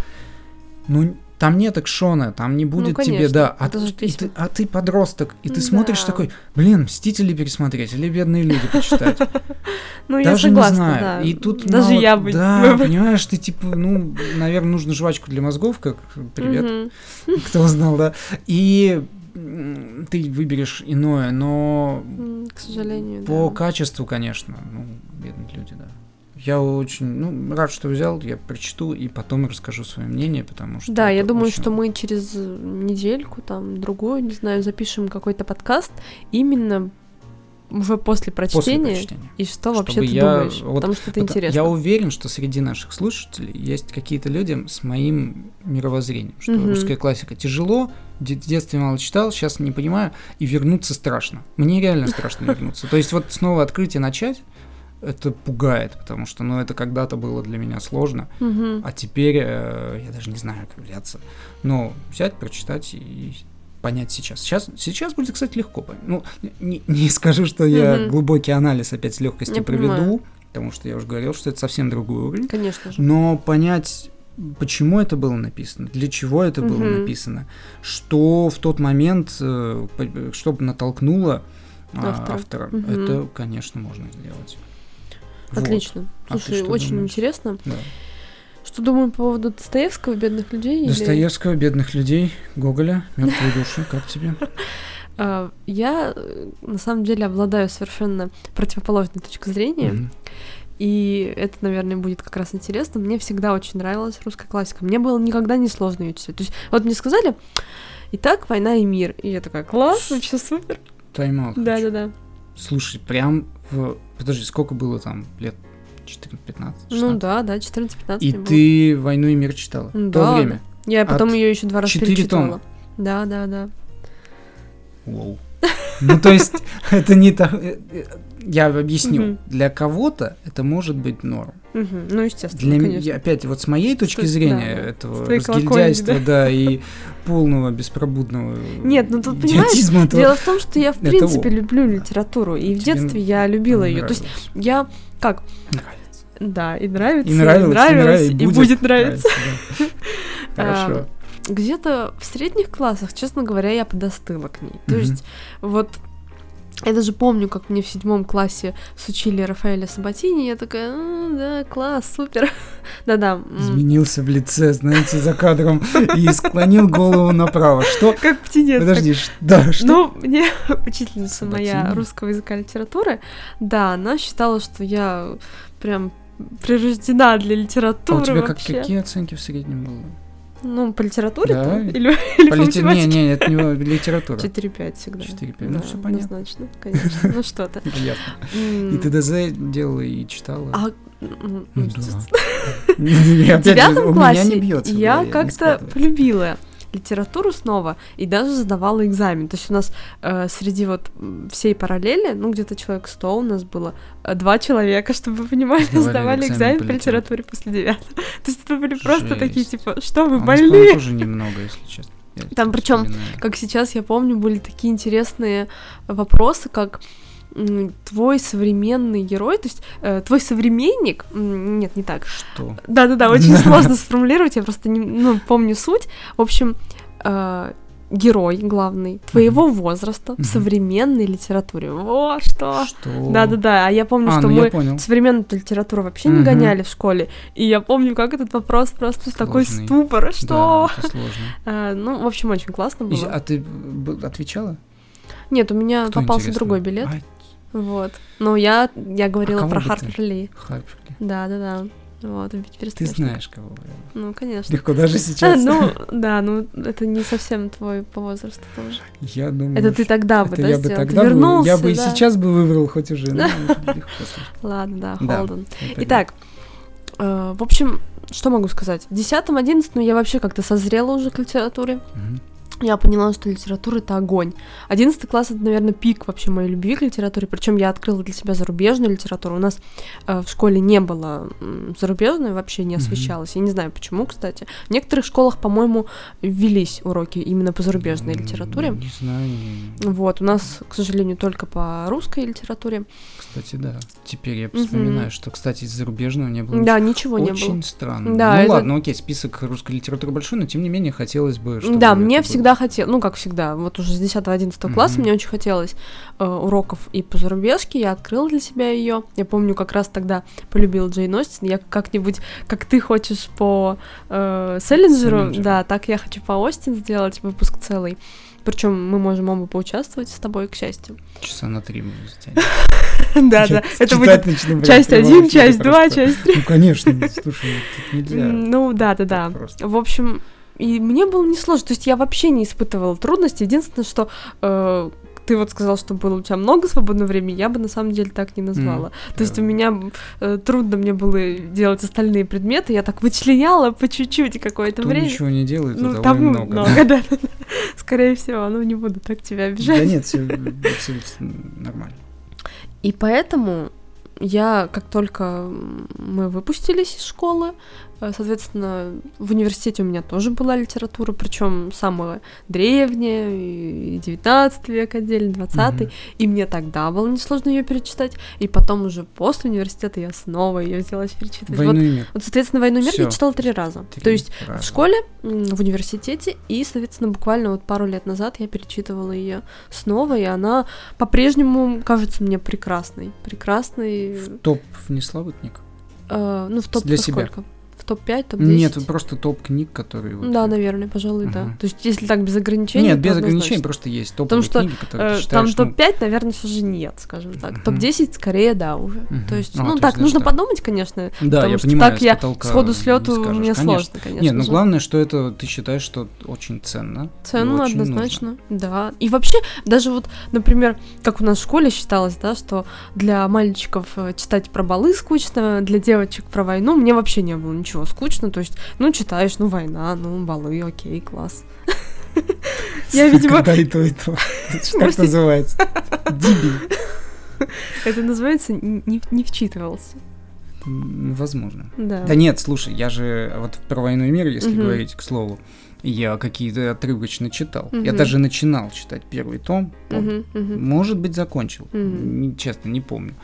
ну там нет экшона, там не будет тебе,
Ну, конечно,
да, а,
это же
и
письма.
ты, а ты подросток, и ты
Да.
смотришь такой, блин, Мстители пересмотреть или Бедные люди почитать,
Ну, я
даже не
согласна,
знаю.
да.
И тут
Даже
мало-
я бы...
да, понимаешь, ты типа, ну, наверное, нужно жвачку для мозгов, как привет,
Мгм.
кто узнал, да, и м, ты выберешь иное, но
М, К сожалению, да.
по качеству, конечно, ну, бедные люди, да. Я очень ну, рад, что взял, я прочту и потом расскажу свое мнение, потому что...
Да, я
это
думаю,
очень-
что мы через э, недельку, там, другую, не знаю, запишем какой-то подкаст именно уже после
после
прочтения.
прочтения.
И что
Чтобы
вообще ты
я
думаешь?
вот-
Потому что это
Пото-
интересно.
Я уверен, что среди наших слушателей есть какие-то люди с моим мировоззрением, что
Мгм.
русская классика тяжело, де- в детстве мало читал, сейчас не понимаю, и вернуться страшно. Мне реально страшно вернуться. То есть вот снова открыть и начать, это пугает, потому что, ну, это когда-то было для меня сложно,
Мгм.
А теперь э, я даже не знаю, как взяться. Но взять, прочитать и понять сейчас. Сейчас, сейчас будет, кстати, легко. пон- Ну, не, не скажу, что я
Мгм.
глубокий анализ опять с легкостью
Я
проведу,
понимаю.
потому что я уже говорил, что это совсем другой уровень.
Конечно же.
Но понять, почему это было написано, для чего это было
Мгм.
написано, что в тот момент, э, по- что бы натолкнуло а,
Автора.
автора,
Мгм.
это, конечно, можно сделать. Вот.
Отлично.
А ты
Слушай,
что
очень
думаешь?
интересно.
Да.
Что думаю по поводу Достоевского, бедных людей? или-
Достоевского, бедных людей, Гоголя, мертвые души, как тебе?
А, Я э, на самом деле обладаю совершенно противоположной точкой зрения.
Мгм.
И это, наверное, будет как раз интересно. Мне всегда очень нравилась русская классика. Мне было никогда не сложно ее читать. То есть, вот мне сказали, Итак, война и мир. И я такая, класс, вообще супер.
Тайм-аут. хочу.
Да-да-да.
Слушай, прям в... Подожди, сколько было там лет? 14, 15, 16?
Ну да, да, 14-15
И
мне было.
ты «Войну и мир» читала?
Ну
В то
да.
время?
Я потом
от
ее еще два раза
четыре
перечитывала. Да, да, да.
Воу. Ну, то есть, это не так... э, э, Я объясню.
Мгм.
Для кого-то это может быть норм.
Мгм. Ну, естественно,
Для
конечно.
меня, опять, вот с моей точки
Да,
зрения
да.
этого
С твоей
разгильдяйства, да, и полного беспробудного
Нет, ну тут, понимаешь,
идиотизма этого
Дело в том, что я в
Это
принципе
о.
люблю литературу, и в
Тебе
детстве я любила ее. То есть
нравилось.
я как,
Нравится.
да, и нравится,
И нравилось, и нравилось,
и будет нравиться. А,
да. Хорошо.
Где-то в средних классах, честно говоря, я подостыла к ней. То
Мгм.
есть вот я даже помню, как мне в седьмом классе сучили Рафаэля Сабатини, я такая, «М, да, класс, супер. Да-да. м,
Изменился в лице, знаете, за кадром и склонил голову направо. Что?
Как птенец. так
Подожди, ш- да, что?
Ну, мне учительница моя
Саботини?
русского языка и литературы, да, она считала, что я прям прирождена для
А
литературы
у тебя как,
вообще.
какие оценки в среднем было?
Ну, по литературе
Да?
там? Или, или по
По лите- Не,
математике?
не, это не литература.
4-5 всегда.
4-5, ну
Да,
все понятно.
Однозначно, конечно. Ну что-то.
Ясно. И
М,
ТДЗ делала и читала.
А м,
Ну
м,
да.
с- в
В
девятом классе я как-то
как-то...
полюбила литературу снова и даже сдавала экзамен. То есть у нас э, среди вот м, всей параллели, ну где-то человек 100 у нас было, э, два человека, чтобы вы понимали,
Сдавали
сдавали,
экзамен
экзамен
по
по
литературе.
литературе после девятого. То есть это были просто такие,
Жесть.
типа, что вы
А У нас было
больные?
тоже немного, если честно. Я
Там причём
вспоминаю.
Как сейчас я помню, были такие интересные вопросы, как м, твой современный герой, то есть э, твой современник, м, нет, не так,
Что?
Да-да-да, очень сложно сформулировать, я просто не ну, помню суть. В общем, э, герой главный твоего возраста в
Мгм.
современной литературе. Во что!
Что?
Да-да-да, а я помню,
А,
что
ну я
мы
понял.
современную литературу вообще не
Мгм.
гоняли в школе, и я помню, как этот вопрос просто такой
Сложный.
ступор, что...
Да, это сложно.
Э, ну, в общем, очень классно
И-
было.
А ты б- отвечала?
Нет, у меня
Кто,
попался
интересно?
другой билет,
Ай,
вот. Но я, я говорила
кого
про
бы ты?
Харпер Ли.
Харпер Ли.
Да-да-да, вот, «Убить
Ты
пересмешника».
знаешь кого. я-
Ну, конечно.
Легко даже
А,
сейчас.
ну, да, ну это не совсем твой по возрасту тоже.
Я думаю,
Это ты
что-
тогда бы,
Ну, это
да,
я бы
сделал? Ты
тогда бы-
вернулся,
Я бы и
да.
сейчас бы выбрал, хоть уже. ну, это легко слишком.
Ладно, да,
Да.
Холден.
Это
Итак, э, в общем, что могу сказать? В 10-11 я вообще как-то созрела уже к литературе.
да. Мгм.
Я поняла, что литература — это огонь. 11 класс — это, наверное, пик вообще моей любви к литературе. Причем я открыла для себя зарубежную литературу. У нас э, в школе не было м, зарубежной, вообще не
Мгм.
освещалась. Я не знаю, почему, кстати. В некоторых школах, по-моему, ввелись уроки именно по зарубежной
М,
литературе.
Ну,
Ну.
Не знаю. не-
Вот, у нас, к сожалению, только по русской литературе.
Кстати, да. Теперь я
Мгм.
вспоминаю, что, кстати, из зарубежного не было
Да, ничего не
Очень
было.
странно.
Да,
ну
это-
ладно, окей, список русской литературы большой, но тем не менее хотелось бы, чтобы
да,
это
мне
было.
всегда хотелось, ну как всегда, вот уже с 10-11 класса
Мгм.
мне очень хотелось э, уроков и по зарубежке, я открыла для себя ее. Я помню, как раз тогда полюбила Джейн Остин, я как-нибудь, как ты хочешь по э, Селлинджеру,
Селлинджеру.
да, так я хочу по Остин сделать выпуск целый. Причем мы можем оба поучаствовать с тобой, к счастью.
часа на три мы затянем.
Да, да,
Я
это
читать
будет
начну, блин,
часть
в прямом
1,
эфире
часть 2,
просто.
часть
Ну конечно, слушай, тут нельзя.
Ну да, да, да.
так просто.
В общем, и мне было несложно. То есть я вообще не испытывала трудностей. Единственное, что э, ты вот сказал, что было у тебя много свободного времени, я бы на самом деле так не назвала. То есть у
Правда.
меня э, трудно мне было делать остальные предметы. Я так вычленяла по чуть-чуть какое-то
Кто
время.
ничего не делает, то
Ну, там
довольно много. да.
много, да. Скорее всего, ну не буду так тебя обижать.
Да нет, все нормально.
И поэтому я, как только м, мы выпустились из школы, э, соответственно, в университете у меня тоже была литература, причем самая древняя, и 19 век отдельно, 20
Мгм.
и мне тогда было несложно ее перечитать, и потом уже после университета я снова ее взялась перечитывать.
Войну
Вот,
и мир.
вот, соответственно, «Войну и мир» я
Всё.
читала три раза.
Три
То есть в
раза.
школе, м, в университете, и, соответственно, буквально вот пару лет назад я перечитывала ее снова, и она по-прежнему кажется мне прекрасной. Прекрасной,
В топ внесла бытник?
э, ну, в топ
Для
во
себя.
сколько? В топ-5, топ-10?
Нет, просто топ книг, которые... вот,
Да,
э,
наверное, пожалуй, да.
Мгм.
То есть, если так без ограничений.
Нет,
то
без
однозначно.
ограничений, просто есть
Потому
топовые
что,
книги, которые
Э,
ты
Там
считаешь, ну,
топ-5, наверное, все же нет, скажем так.
Мгм.
Топ-10 скорее, да, уже.
Мгм.
То есть,
А,
ну
то есть
так,
даже
нужно
так.
подумать, конечно.
ну, Да,
потому
я
что
понимаю,
так
с
я
потолка
сходу
не
с лету
скажешь,
мне
конечно.
сложно, конечно.
Нет, ну
же.
главное, что это ты считаешь, что очень ценно. и
Ценно
очень нужно.
однозначно, да. И вообще, даже вот, например, как у нас в школе считалось, да, что для мальчиков э, читать про балы скучно, для девочек про войну, мне вообще не было ничего скучно, то есть, ну, читаешь, ну, война, ну, балы, окей, класс. Я, видимо,
Когда и то, и то. Это ж Как
Прости.
называется? Дебил.
это называется н- не, не вчитывался,
М, Возможно.
да.
Да нет, слушай, я же э, вот про войну и мир, если
Э, Мгм.
говорить, к слову, я какие-то отрывочно читал. Я
Мгм.
даже начинал читать первый том. помню.
Мгм, мгм.
Может быть, закончил.
Мгм.
Не- Честно, не помню.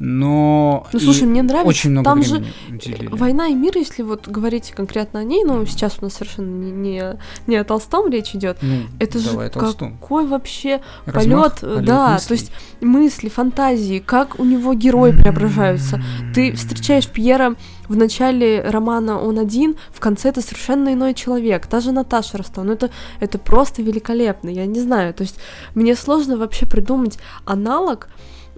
Но...
Ну,
и
слушай, мне нравится,
Очень много
там же
времени уделили.
Война и мир, если вот говорить конкретно о ней, ну,
Мгм.
сейчас у нас совершенно не, не, не о Толстом речь идет,
Ну,
это же
давай о Толстом.
какой вообще
Размах,
полет, да,
мыслей.
то есть мысли, фантазии, как у него герои преображаются. Ты встречаешь Пьера в начале романа он один, в конце это совершенно иной человек. Даже Наташа Ростова, ну это, это просто великолепно, я не знаю. То есть мне сложно вообще придумать аналог,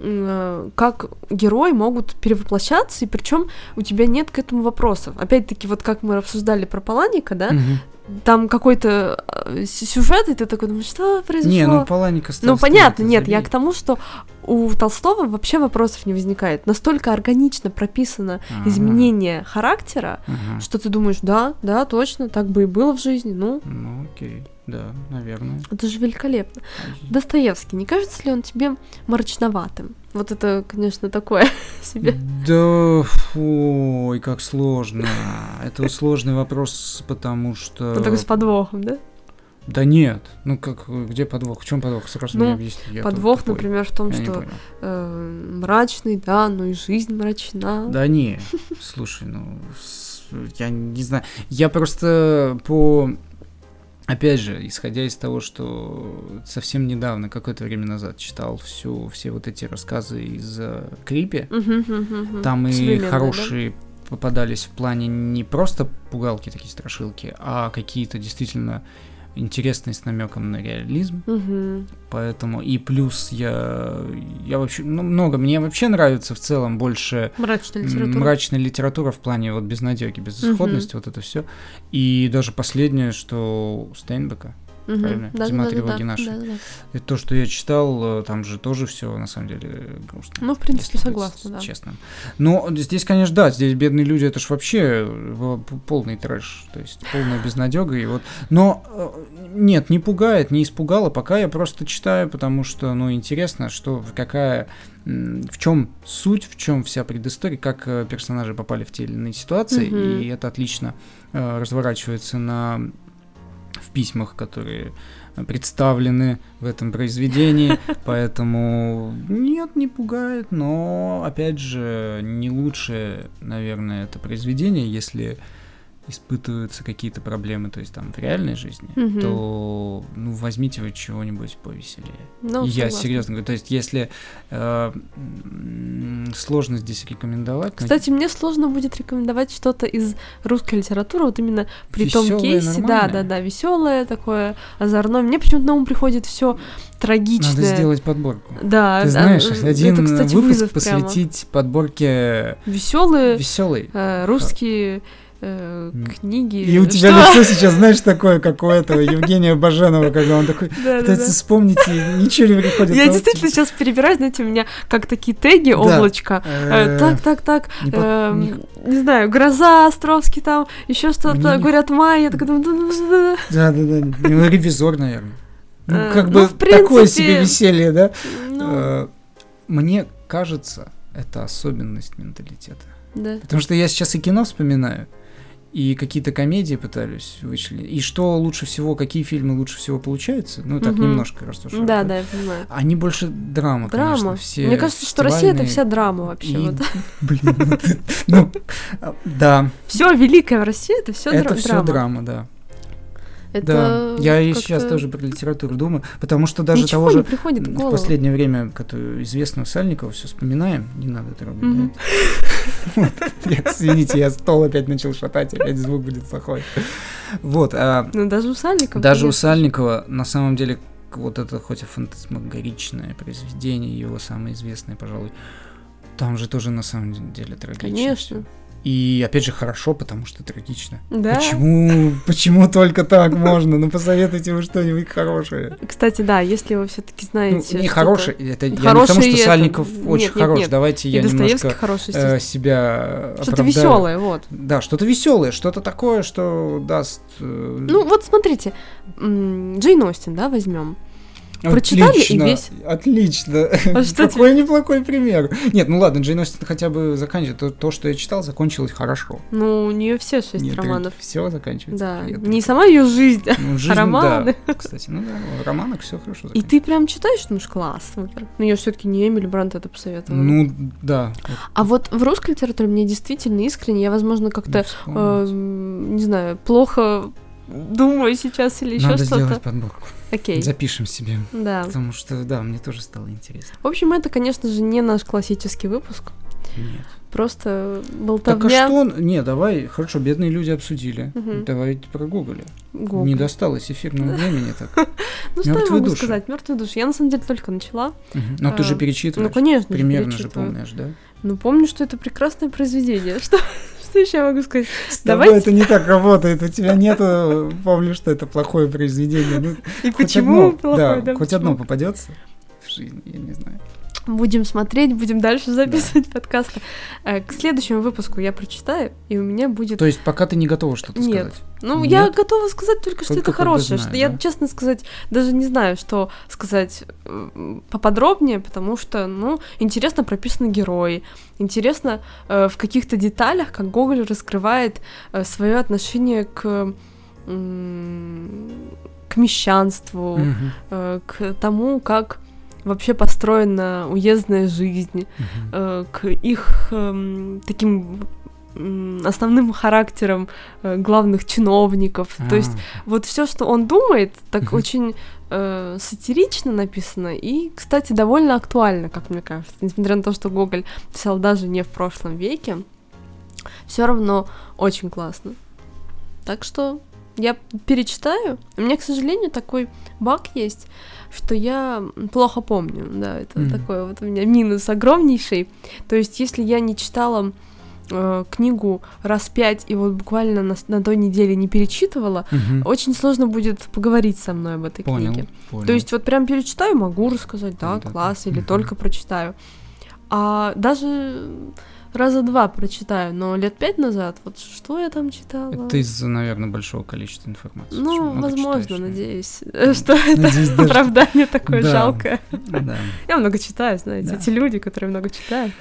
м, э, как герои могут перевоплощаться, и причем у тебя нет к этому вопросов. Опять-таки, вот как мы обсуждали про Паланика, да,
Мгм.
там какой-то э, с- сюжет, и ты такой думаешь, что произошло?
Не, ну Паланика
Ну,
Толстым
понятно,
это
нет, я
забей.
к тому, что у Толстого вообще вопросов не возникает. Настолько органично прописано
Ага,
изменение характера,
ага.
что ты думаешь, да, да, точно, так бы и было в жизни, ну,
Ну, окей, да, наверное.
это же великолепно. Достоевский, не кажется ли он тебе мрачноватым? Вот это, конечно, такое себе.
Да, фу, ой, как сложно. Это сложный вопрос, потому что...
Вот такой с подвохом, да?
Да нет, ну как, где подвох? В чем подвох? Сразу
Ну,
мне объясни. я тут
Подвох,
тупой.
например, в том,
Я не
что
понял.
э, мрачный, да, но и жизнь мрачна.
Да не, слушай, ну, с- я не знаю. Я просто по... Опять же, исходя из того, что совсем недавно, какое-то время назад, читал всю, все вот эти рассказы из э, Крипи,
Мгм, мгм, мгм.
Там и
Современная, да?
хорошие попадались в плане не просто пугалки такие страшилки, а какие-то действительно интересные с намеком на реализм.
Мгм.
Поэтому и плюс я я вообще ну, много мне вообще нравится в целом больше
Мрачная
м,
литература.
мрачная литература в плане вот безнадеги, безысходности, вот это все. И даже последнее, что у Стейнбека,
Мгм.
правильно?
Да-да-да-да-да.
Зима тревоги нашей.
Да-да-да.
это то, что я читал, э, там же тоже все на самом деле грустно.
Ну, в принципе,
если быть
согласна, да.
Честно. Но здесь, конечно, да, здесь бедные люди, это ж вообще э, п- полный трэш, то есть полная безнадега. И вот. Но э, нет, не пугает, не испугало, пока я просто читаю, потому что, ну, интересно, что какая м, в чем суть, в чем вся предыстория, как э, персонажи попали в те или иные ситуации,
Мгм.
и это отлично э, разворачивается на в письмах, которые э, представлены в этом произведении, поэтому нет, не пугает, но опять же не лучшее, наверное, это произведение, если испытываются какие-то проблемы, то есть там в реальной жизни,
Мгм.
то ну возьмите вы чего-нибудь повеселее.
Ну,
Я
согласна.
серьезно говорю, то есть если э, м, сложно здесь рекомендовать, ну, но
Кстати, мне сложно будет рекомендовать что-то из русской литературы, вот именно при том
весёлое,
кейсе, да, да,
нормальное,
да, веселое такое, озорное. Мне почему-то на ум приходит все трагичное.
Надо сделать подборку.
Да,
Ты
да,
знаешь,
э,
один
это, кстати,
выпуск
вызов Э,
посвятить подборке
прямо. Веселые
веселый.
русские э,
М.
книги.
И у тебя
Что?
лицо сейчас, знаешь, такое, как у этого Евгения Баженова, когда он такой
Да, да, да.
пытается вспомнить, и ничего не приходит.
Я
Ну,
действительно сейчас перебираю, знаете, у меня как такие теги,
Да.
облачко. Э,
э,
Так, так, так,
не по-
Эм,
не-
не знаю, гроза, Островский там, еще
Мне
что-то,
не-
говорят, май, я так думаю, «Да-да-да-да-да».
Да-да-да, ну, ревизор, наверное. Ну,
Э,
как
ну,
бы
в
такое
принципе,
себе веселье, да?
ну,
Э, Мне кажется, это особенность менталитета.
да.
Потому что я сейчас и кино вспоминаю, и какие-то комедии пытаюсь вычленить. И что лучше всего, какие фильмы лучше всего получаются? Ну, так
Мгм.
немножко рассуждаю.
Да, да, я понимаю.
Они больше драма,
Драма.
конечно, все
Мне кажется, что Россия это
фестивальные.
вся драма вообще.
И-
Вот.
Блин, ну ты- ну, а, да,
Все великое в России это все
это все
драма.
драма, да.
Это
да, я и
как-то
сейчас тоже про литературу думаю, потому что даже
ничего
того
не
же
приходит в
в
голову.
последнее время, которую известную Сальникова, все вспоминаем, не надо трогать, да?
Мгм.
Я, Извините, я стол опять начал шатать, опять звук будет плохой. Вот, а
Ну, даже у Сальникова.
даже у
конечно.
Сальникова на самом деле к- вот это хоть и фантасмагоричное произведение, его самое известное, пожалуй, там же тоже на самом деле трагично.
Конечно.
всё. И опять же хорошо, потому что трагично.
Да.
Почему, почему только так можно? Ну посоветуйте вы что-нибудь хорошее.
Кстати, да, если вы все-таки
Ну,
знаете.
не
что-то-
хорошее, это я не
Хорошее
потому,
и
что
это-
Сальников
нет,
очень
нет,
хорош.
нет.
Давайте
И
я
Достоевский
немножко
хороший,
э,
естественно.
себя
Что-то
оправдаю.
веселое, вот.
Да, что-то веселое, что-то такое, что даст... э,
Ну, вот смотрите, м, Джейн Остин, да, возьмем. прочитали и весь.
Отлично.
А что
Какой неплохой пример. Нет, ну ладно, Джейн Остин хотя бы заканчивает. То, то, что я читал, закончилось хорошо.
Ну, у нее все шесть романов.
Все заканчивается.
Да.
приятно.
Не сама ее жизнь. а-
Ну, жизнь,
романы.
Да. Кстати, ну да, в романах все хорошо
И
заканчивается.
ты прям читаешь, ну, класс, супер. Ну, я все-таки не Эмили Брант это посоветовала.
Ну, да. вот,
А вот в русской литературе мне действительно искренне, я, возможно,
ну,
как-то,
вспомнить.
эм, не знаю, плохо думаю сейчас или еще
Надо
что-то.
сделать подборку.
Окей,
Запишем себе.
да.
Потому что, да, мне тоже стало интересно.
В общем, это, конечно же, не наш классический выпуск.
Нет.
Просто
Так а
болтовня.
что? он- Не, давай, хорошо, бедные люди обсудили.
Мгм.
Давайте прогугли.
Гоголь.
Не досталось эфирного времени так.
Ну, что я
«Мёртвые
могу
души».
сказать? Мертвые души. Я, на самом деле, только начала.
Мгм. Но ты
А,
же
Ну,
перечитываешь.
конечно, же,
Примерно же
перечитываю.
помнишь, да?
Ну, помню, что это прекрасное произведение. Что, что еще я могу сказать?
С
Давайте.
это не так работает. У тебя нету, помню, что это плохое произведение. Ну,
И
хоть
почему
одно,
плохое?
да,
да,
хоть
почему?
одно попадется в жизни, я не знаю.
Будем смотреть, будем дальше записывать подкасты. Э, К следующему выпуску я прочитаю, и у меня будет...
То есть пока ты не готова что-то
Нет.
сказать?
Ну, я
нет.
готова сказать только, что
Только
это
когда
хорошее.
знаю,
что я,
да?
честно сказать, даже не знаю, что сказать э, поподробнее, потому что, ну, интересно прописаны герои, интересно э, в каких-то деталях, как Гоголь раскрывает свое отношение к м, к мещанству,
Мгм,
э, к тому, как вообще построена уездная жизнь,
мгм.
э, к их эм, таким м, основным характером э, главных чиновников. То есть
А,
вот все, что он думает, так
Мгм.
очень э, сатирично написано и, кстати, довольно актуально, как мне кажется. Несмотря на то, что Гоголь писал даже не в прошлом веке, все равно очень классно. Так что я перечитаю. У меня, к сожалению, такой баг есть, что я плохо помню. Да, это
Мгм.
такой вот у меня минус огромнейший. То есть, если я не читала э, книгу раз пять и вот буквально на, с- на той неделе не перечитывала,
А, мгм.
очень сложно будет поговорить со мной об этой
Понял,
книге.
понял.
То есть вот прям перечитаю, могу рассказать, да,
Да-да-да.
класс, или
Мгм.
только прочитаю. А даже раза два прочитаю, но лет пять назад, вот что я там читала?
Это из-за, наверное, большого количества информации. Ты же
Ну,
много
возможно,
читаешь,
надеюсь,
Ну,
что это
надеюсь, даже-
оправдание такое
Да.
жалкое.
да. Да.
Я много читаю, знаете,
Да.
эти люди, которые много читают.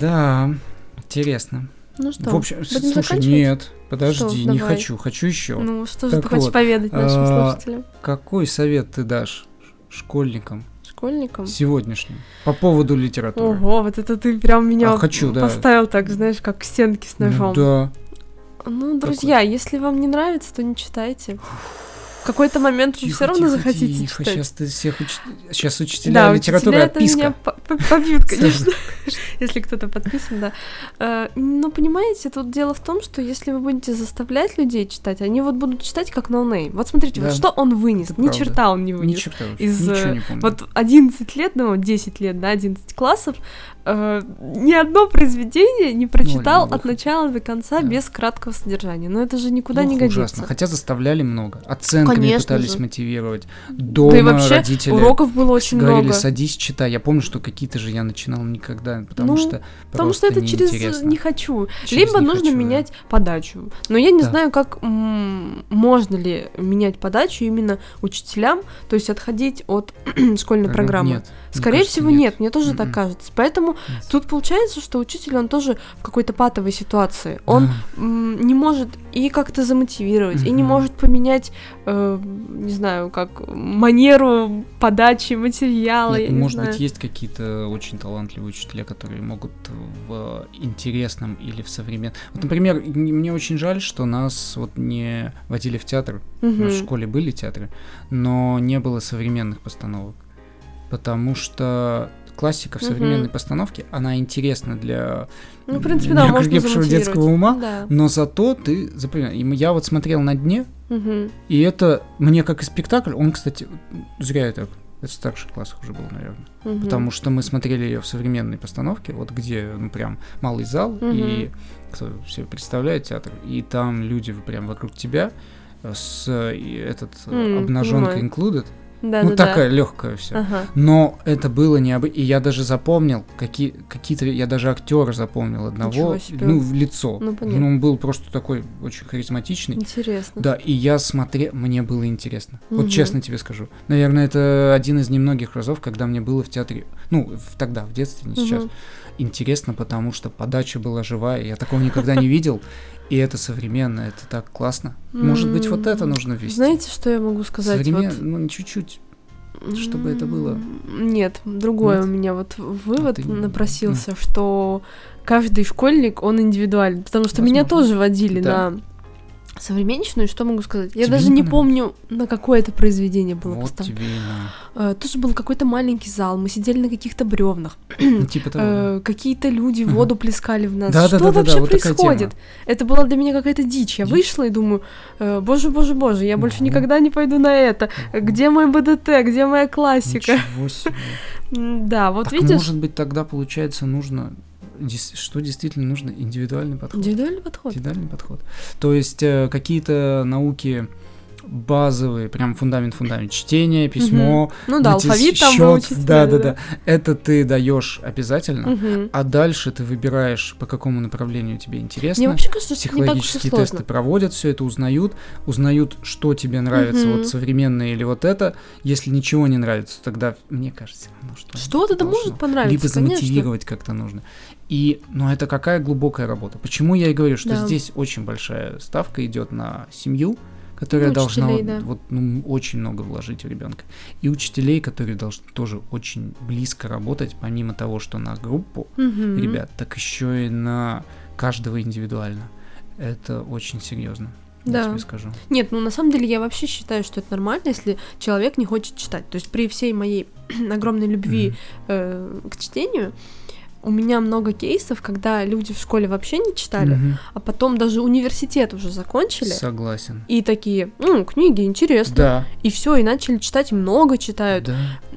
Да, интересно.
Ну что,
В общем, с-
будем
слушай,
заканчивать?
нет, подожди,
Что,
не
давай.
хочу, хочу еще.
ну что же
так
ты хочешь
вот,
поведать нашим
а,
слушателям,
Какой совет ты дашь ш- школьникам
школьникам?
сегодняшним по поводу литературы?
Ого, вот это ты прям меня
А, хочу, да.
поставил так, знаешь, как к стенке с
Ну
ножом.
да.
Ну, друзья, если вам не нравится, то не читайте. В какой-то момент вы все равно захотите читать.
Сейчас ты всех уч... сейчас учителя
да,
литературы
учителя это меня
отписка.
по- по- побьют,
Всё.
конечно, если кто-то подписан, да. Э, Но понимаете, тут дело в том, что если вы будете заставлять людей читать, они вот будут читать как ноунейм. Вот смотрите, вот
Да.
что он вынес,
Это
ни
правда.
черта он не
Ни
вынес.
черта вообще,
из,
ничего
э,
не помню.
Вот 11 лет, ну, 10 лет, да, 11 классов, э, ни одно произведение не прочитал
Ну, бог.
от начала до конца
Да.
без краткого содержания. Но это же никуда
Плохо,
не годится.
ужасно. Хотя заставляли много. Оценками
Конечно
пытались
же.
мотивировать. Дома
вообще
родители
Уроков было очень
говорили,
много.
садись, читай. Я помню, что какие-то же я начинал никогда, потому
Ну,
что
Потому что
просто
это через
неинтересно.
не хочу.
Через
Либо
не
нужно
хочу, да.
менять подачу. Но я не
Да.
знаю, как м, можно ли менять подачу именно учителям, то есть отходить от школьной
Программ-
программы.
Э, нет, мне
Скорее
кажется,
всего, нет. мне тоже так
Мгм.
кажется. Поэтому
Нет.
тут получается, что учитель, он тоже в какой-то патовой ситуации. Он
Да.
м, не может и как-то замотивировать, и не
Мгм.
может поменять, э, не знаю, как манеру подачи материала.
Нет,
я
ну,
не
может
знаю.
быть, есть какие-то очень талантливые учителя, числе, которые могут в интересном или в современном... Вот, например, н- мне очень жаль, что нас вот не водили в театр. У нас в школе были театры, но не было современных постановок. Потому что классика в
Мгм.
современной постановке, она интересна для
Ну, в принципе, да,
не
можно
окрепшего
замотивировать.
детского ума,
Да.
но зато ты запоминаешь. И мы- Я вот смотрел на дне,
Мгм.
и это мне как и спектакль, он, кстати, зря это, это в старших классах уже был, наверное.
Мгм.
Потому что мы смотрели ее в современной постановке, вот где, ну, прям малый зал, и кто все представляет театр, и там люди прям вокруг тебя э, с э, и этот
М,
обнаженкой
понимаю.
included.
Да,
ну,
да, да.
такая легкая вся.
Ага.
Но это было необы... И я даже запомнил, какие... какие-то... Я даже актера запомнил одного,
Ничего себе.
ну, в лицо.
Ну, понятно.
он был просто такой очень харизматичный.
Интересно.
Да, и я смотрел, мне было интересно.
Мгм.
Вот честно тебе скажу. Наверное, это один из немногих разов, когда мне было в театре, ну, в- тогда, в детстве, не сейчас,
Мгм.
интересно, потому что подача была живая, я такого никогда не видел, и это современно, это так классно. Может быть, вот это
М.
нужно ввести.
Знаете, что я могу сказать?
Современ-
Вот,
ну, чуть-чуть. чтобы это было?
М, Нет, другой
Нет?
у меня вот вывод
А ты-
напросился, что каждый школьник, он индивидуален. Потому что меня
Возможно.
тоже водили
Да.
на современщину, и что могу сказать? Я
Тебе
даже
не
не
понравилось?
помню, на какое это произведение было
вот
поставлено.
тебе и на.
Э, Тоже был какой-то маленький зал, мы сидели на каких-то бревнах,
Ну, типа того. да.
э, какие-то люди
Мгм.
воду плескали в нас.
Да, да,
Что
да, да, да,
вообще
вот такая тема.
происходит? Это была для меня какая-то дичь. Я
Дичь.
вышла и думаю, э, боже, боже, боже, я больше
Мгм.
никогда не пойду на это. Где мой БДТ? Где моя классика?
Ничего себе.
М, Да, вот
Так,
видишь,
может быть, тогда, получается, нужно... дис- Что действительно нужно? Индивидуальный подход.
индивидуальный подход.
Индивидуальный подход. То есть э, какие-то науки базовые, прям фундамент фундамент чтение, письмо,
Ну да,
натис-
алфавит там
счёт,
выучить.
да, да, да. Это ты даешь обязательно,
Мгм.
а дальше ты выбираешь, по какому направлению тебе интересно.
Мне вообще кажется, что это не так уж и
Психологические тесты
сложно.
проводят, все это узнают, узнают, что тебе нравится,
Мгм.
вот современное или вот это. Если ничего не нравится, тогда мне кажется, всё равно, что
Что-то да
должно
может понравиться,
либо
конечно.
замотивировать как-то нужно. И, но это какая глубокая работа. Почему я и говорю, что
Да.
здесь очень большая ставка идет на семью, которая
Ну,
должна
учителей,
вот-
да.
вот, ну, очень много вложить в ребенка. И учителей, которые должны тоже очень близко работать, помимо того, что на группу
Мгм.
ребят, так еще и на каждого индивидуально. Это очень серьезно.
Да.
Я тебе скажу.
Нет, ну на самом деле я вообще считаю, что это нормально, если человек не хочет читать. То есть при всей моей огромной любви
Мгм.
э, к чтению у меня много кейсов, когда люди в школе вообще не читали,
Мгм.
а потом даже университет уже закончили.
Согласен.
И такие, ну, книги интересно.
Да.
И все, и начали читать, и много читают.
да.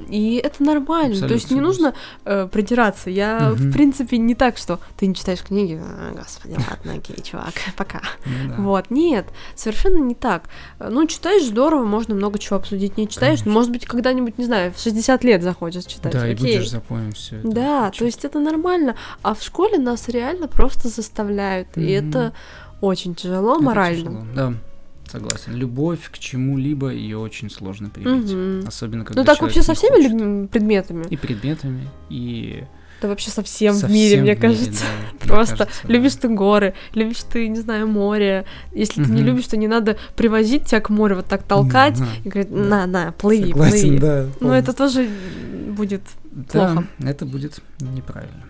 И это нормально. То есть не
Абсолютно
нужно э, придираться. Я,
Мгм.
в принципе, не так, что ты не читаешь книги. «А, господи, ладно, окей, чувак, пока.
Ну да.
Вот, нет, совершенно не так. Э, Ну, читаешь здорово, можно много чего обсудить. Не читаешь, ну, может быть, когда-нибудь, не знаю, в 60 лет захочешь читать.
Да, и
окей.
будешь запомнить все это.
Да,
Чё-
то есть это нормально. А в школе нас реально просто заставляют. И
Мгм.
это очень тяжело
Это
морально.
тяжело, Да, согласен. Любовь к чему-либо ее очень сложно привить.
Мгм.
Особенно когда
Ну так
человек
вообще со
не
всеми
хочет.
людьми- предметами?
И предметами, и
Да вообще со всем
со
в мире,
всем
мне
в
кажется.
да, мне
Просто
кажется, да.
Любишь ты горы, любишь ты, не знаю, море. Если ты не
Мгм.
любишь, то не надо привозить тебя к морю, вот так толкать
Да,
и говорить,
да.
на, на, плыви,
согласен,
плыви.
да.
Ну, это
полностью.
тоже будет.
Да,
плохо.
это будет неправильно.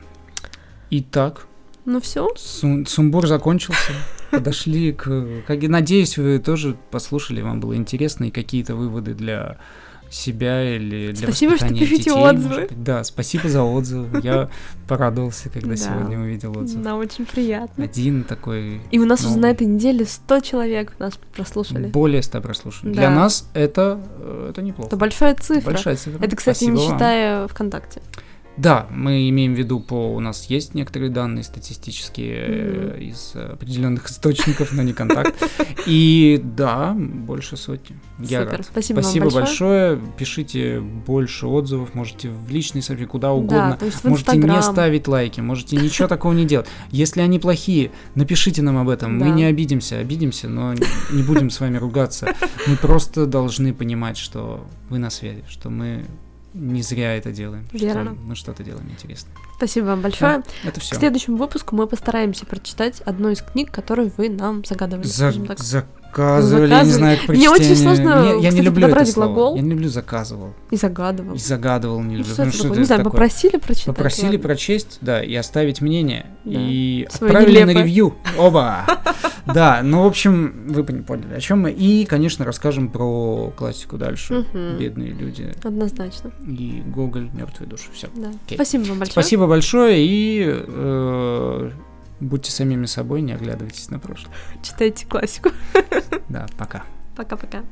Итак,
Ну все.
сум- сумбур закончился. Подошли к... Как, и надеюсь, вы тоже послушали, вам было интересно, и какие-то выводы для себя или для
Спасибо, что
воспитания
пишете
детей,
отзывы.
может быть. Да, спасибо за отзывы. Я порадовался, когда
Да.
сегодня увидел отзыв.
Да, очень приятно.
Один такой...
И у нас уже
Ну.
на этой неделе 100 человек нас прослушали.
Более 100 прослушиваний.
Да.
Для нас это, э, это неплохо.
Это большая цифра.
Большая цифра.
Это, кстати,
Спасибо
не
вам.
считая ВКонтакте.
Да, мы имеем в виду по... У нас есть некоторые данные статистические э, из определенных источников, но не контакт. И да, больше сотни. Я
Супер.
рад.
Спасибо,
Спасибо
вам большое.
большое. Пишите больше отзывов, можете в личный сообщение, куда
Да,
угодно.
то есть в
Можете
Инстаграм.
не ставить лайки, можете ничего такого не делать. Если они плохие, напишите нам об этом. Мы
Да.
не обидимся, обидимся, но не будем с вами ругаться. Мы просто должны понимать, что вы на связи, что мы не зря это делаем, что
Верно.
мы что-то делаем интересное.
Спасибо вам большое.
Это
К
все.
следующему выпуску мы постараемся прочитать одну из книг, которую вы нам загадывали.
За,
скажем так.
за заказывали, я
Заказывали.
не знаю, как
Мне очень сложно,
Мне- я не
кстати,
люблю это
подобрать
слово.
глагол.
Я не люблю заказывал.
И загадывал.
И загадывал не
Ну,
люблю.
что
потому
это
что
такое?
это
Не знаю,
такое.
попросили прочитать.
Попросили
ладно.
прочесть, да, и оставить мнение.
Да.
И
Своё
отправили на
нелепое.
ревью. Оба! Да, ну, в общем, вы пон- поняли, о чем мы. И, конечно, расскажем про классику дальше.
Мгм.
Бедные люди
Однозначно,
и Гоголь, мертвые души. Все.
да.
Окей.
Спасибо вам большое.
Спасибо большое и э, будьте самими собой, не оглядывайтесь на прошлое.
Читайте классику.
Да, пока.
Пока-пока.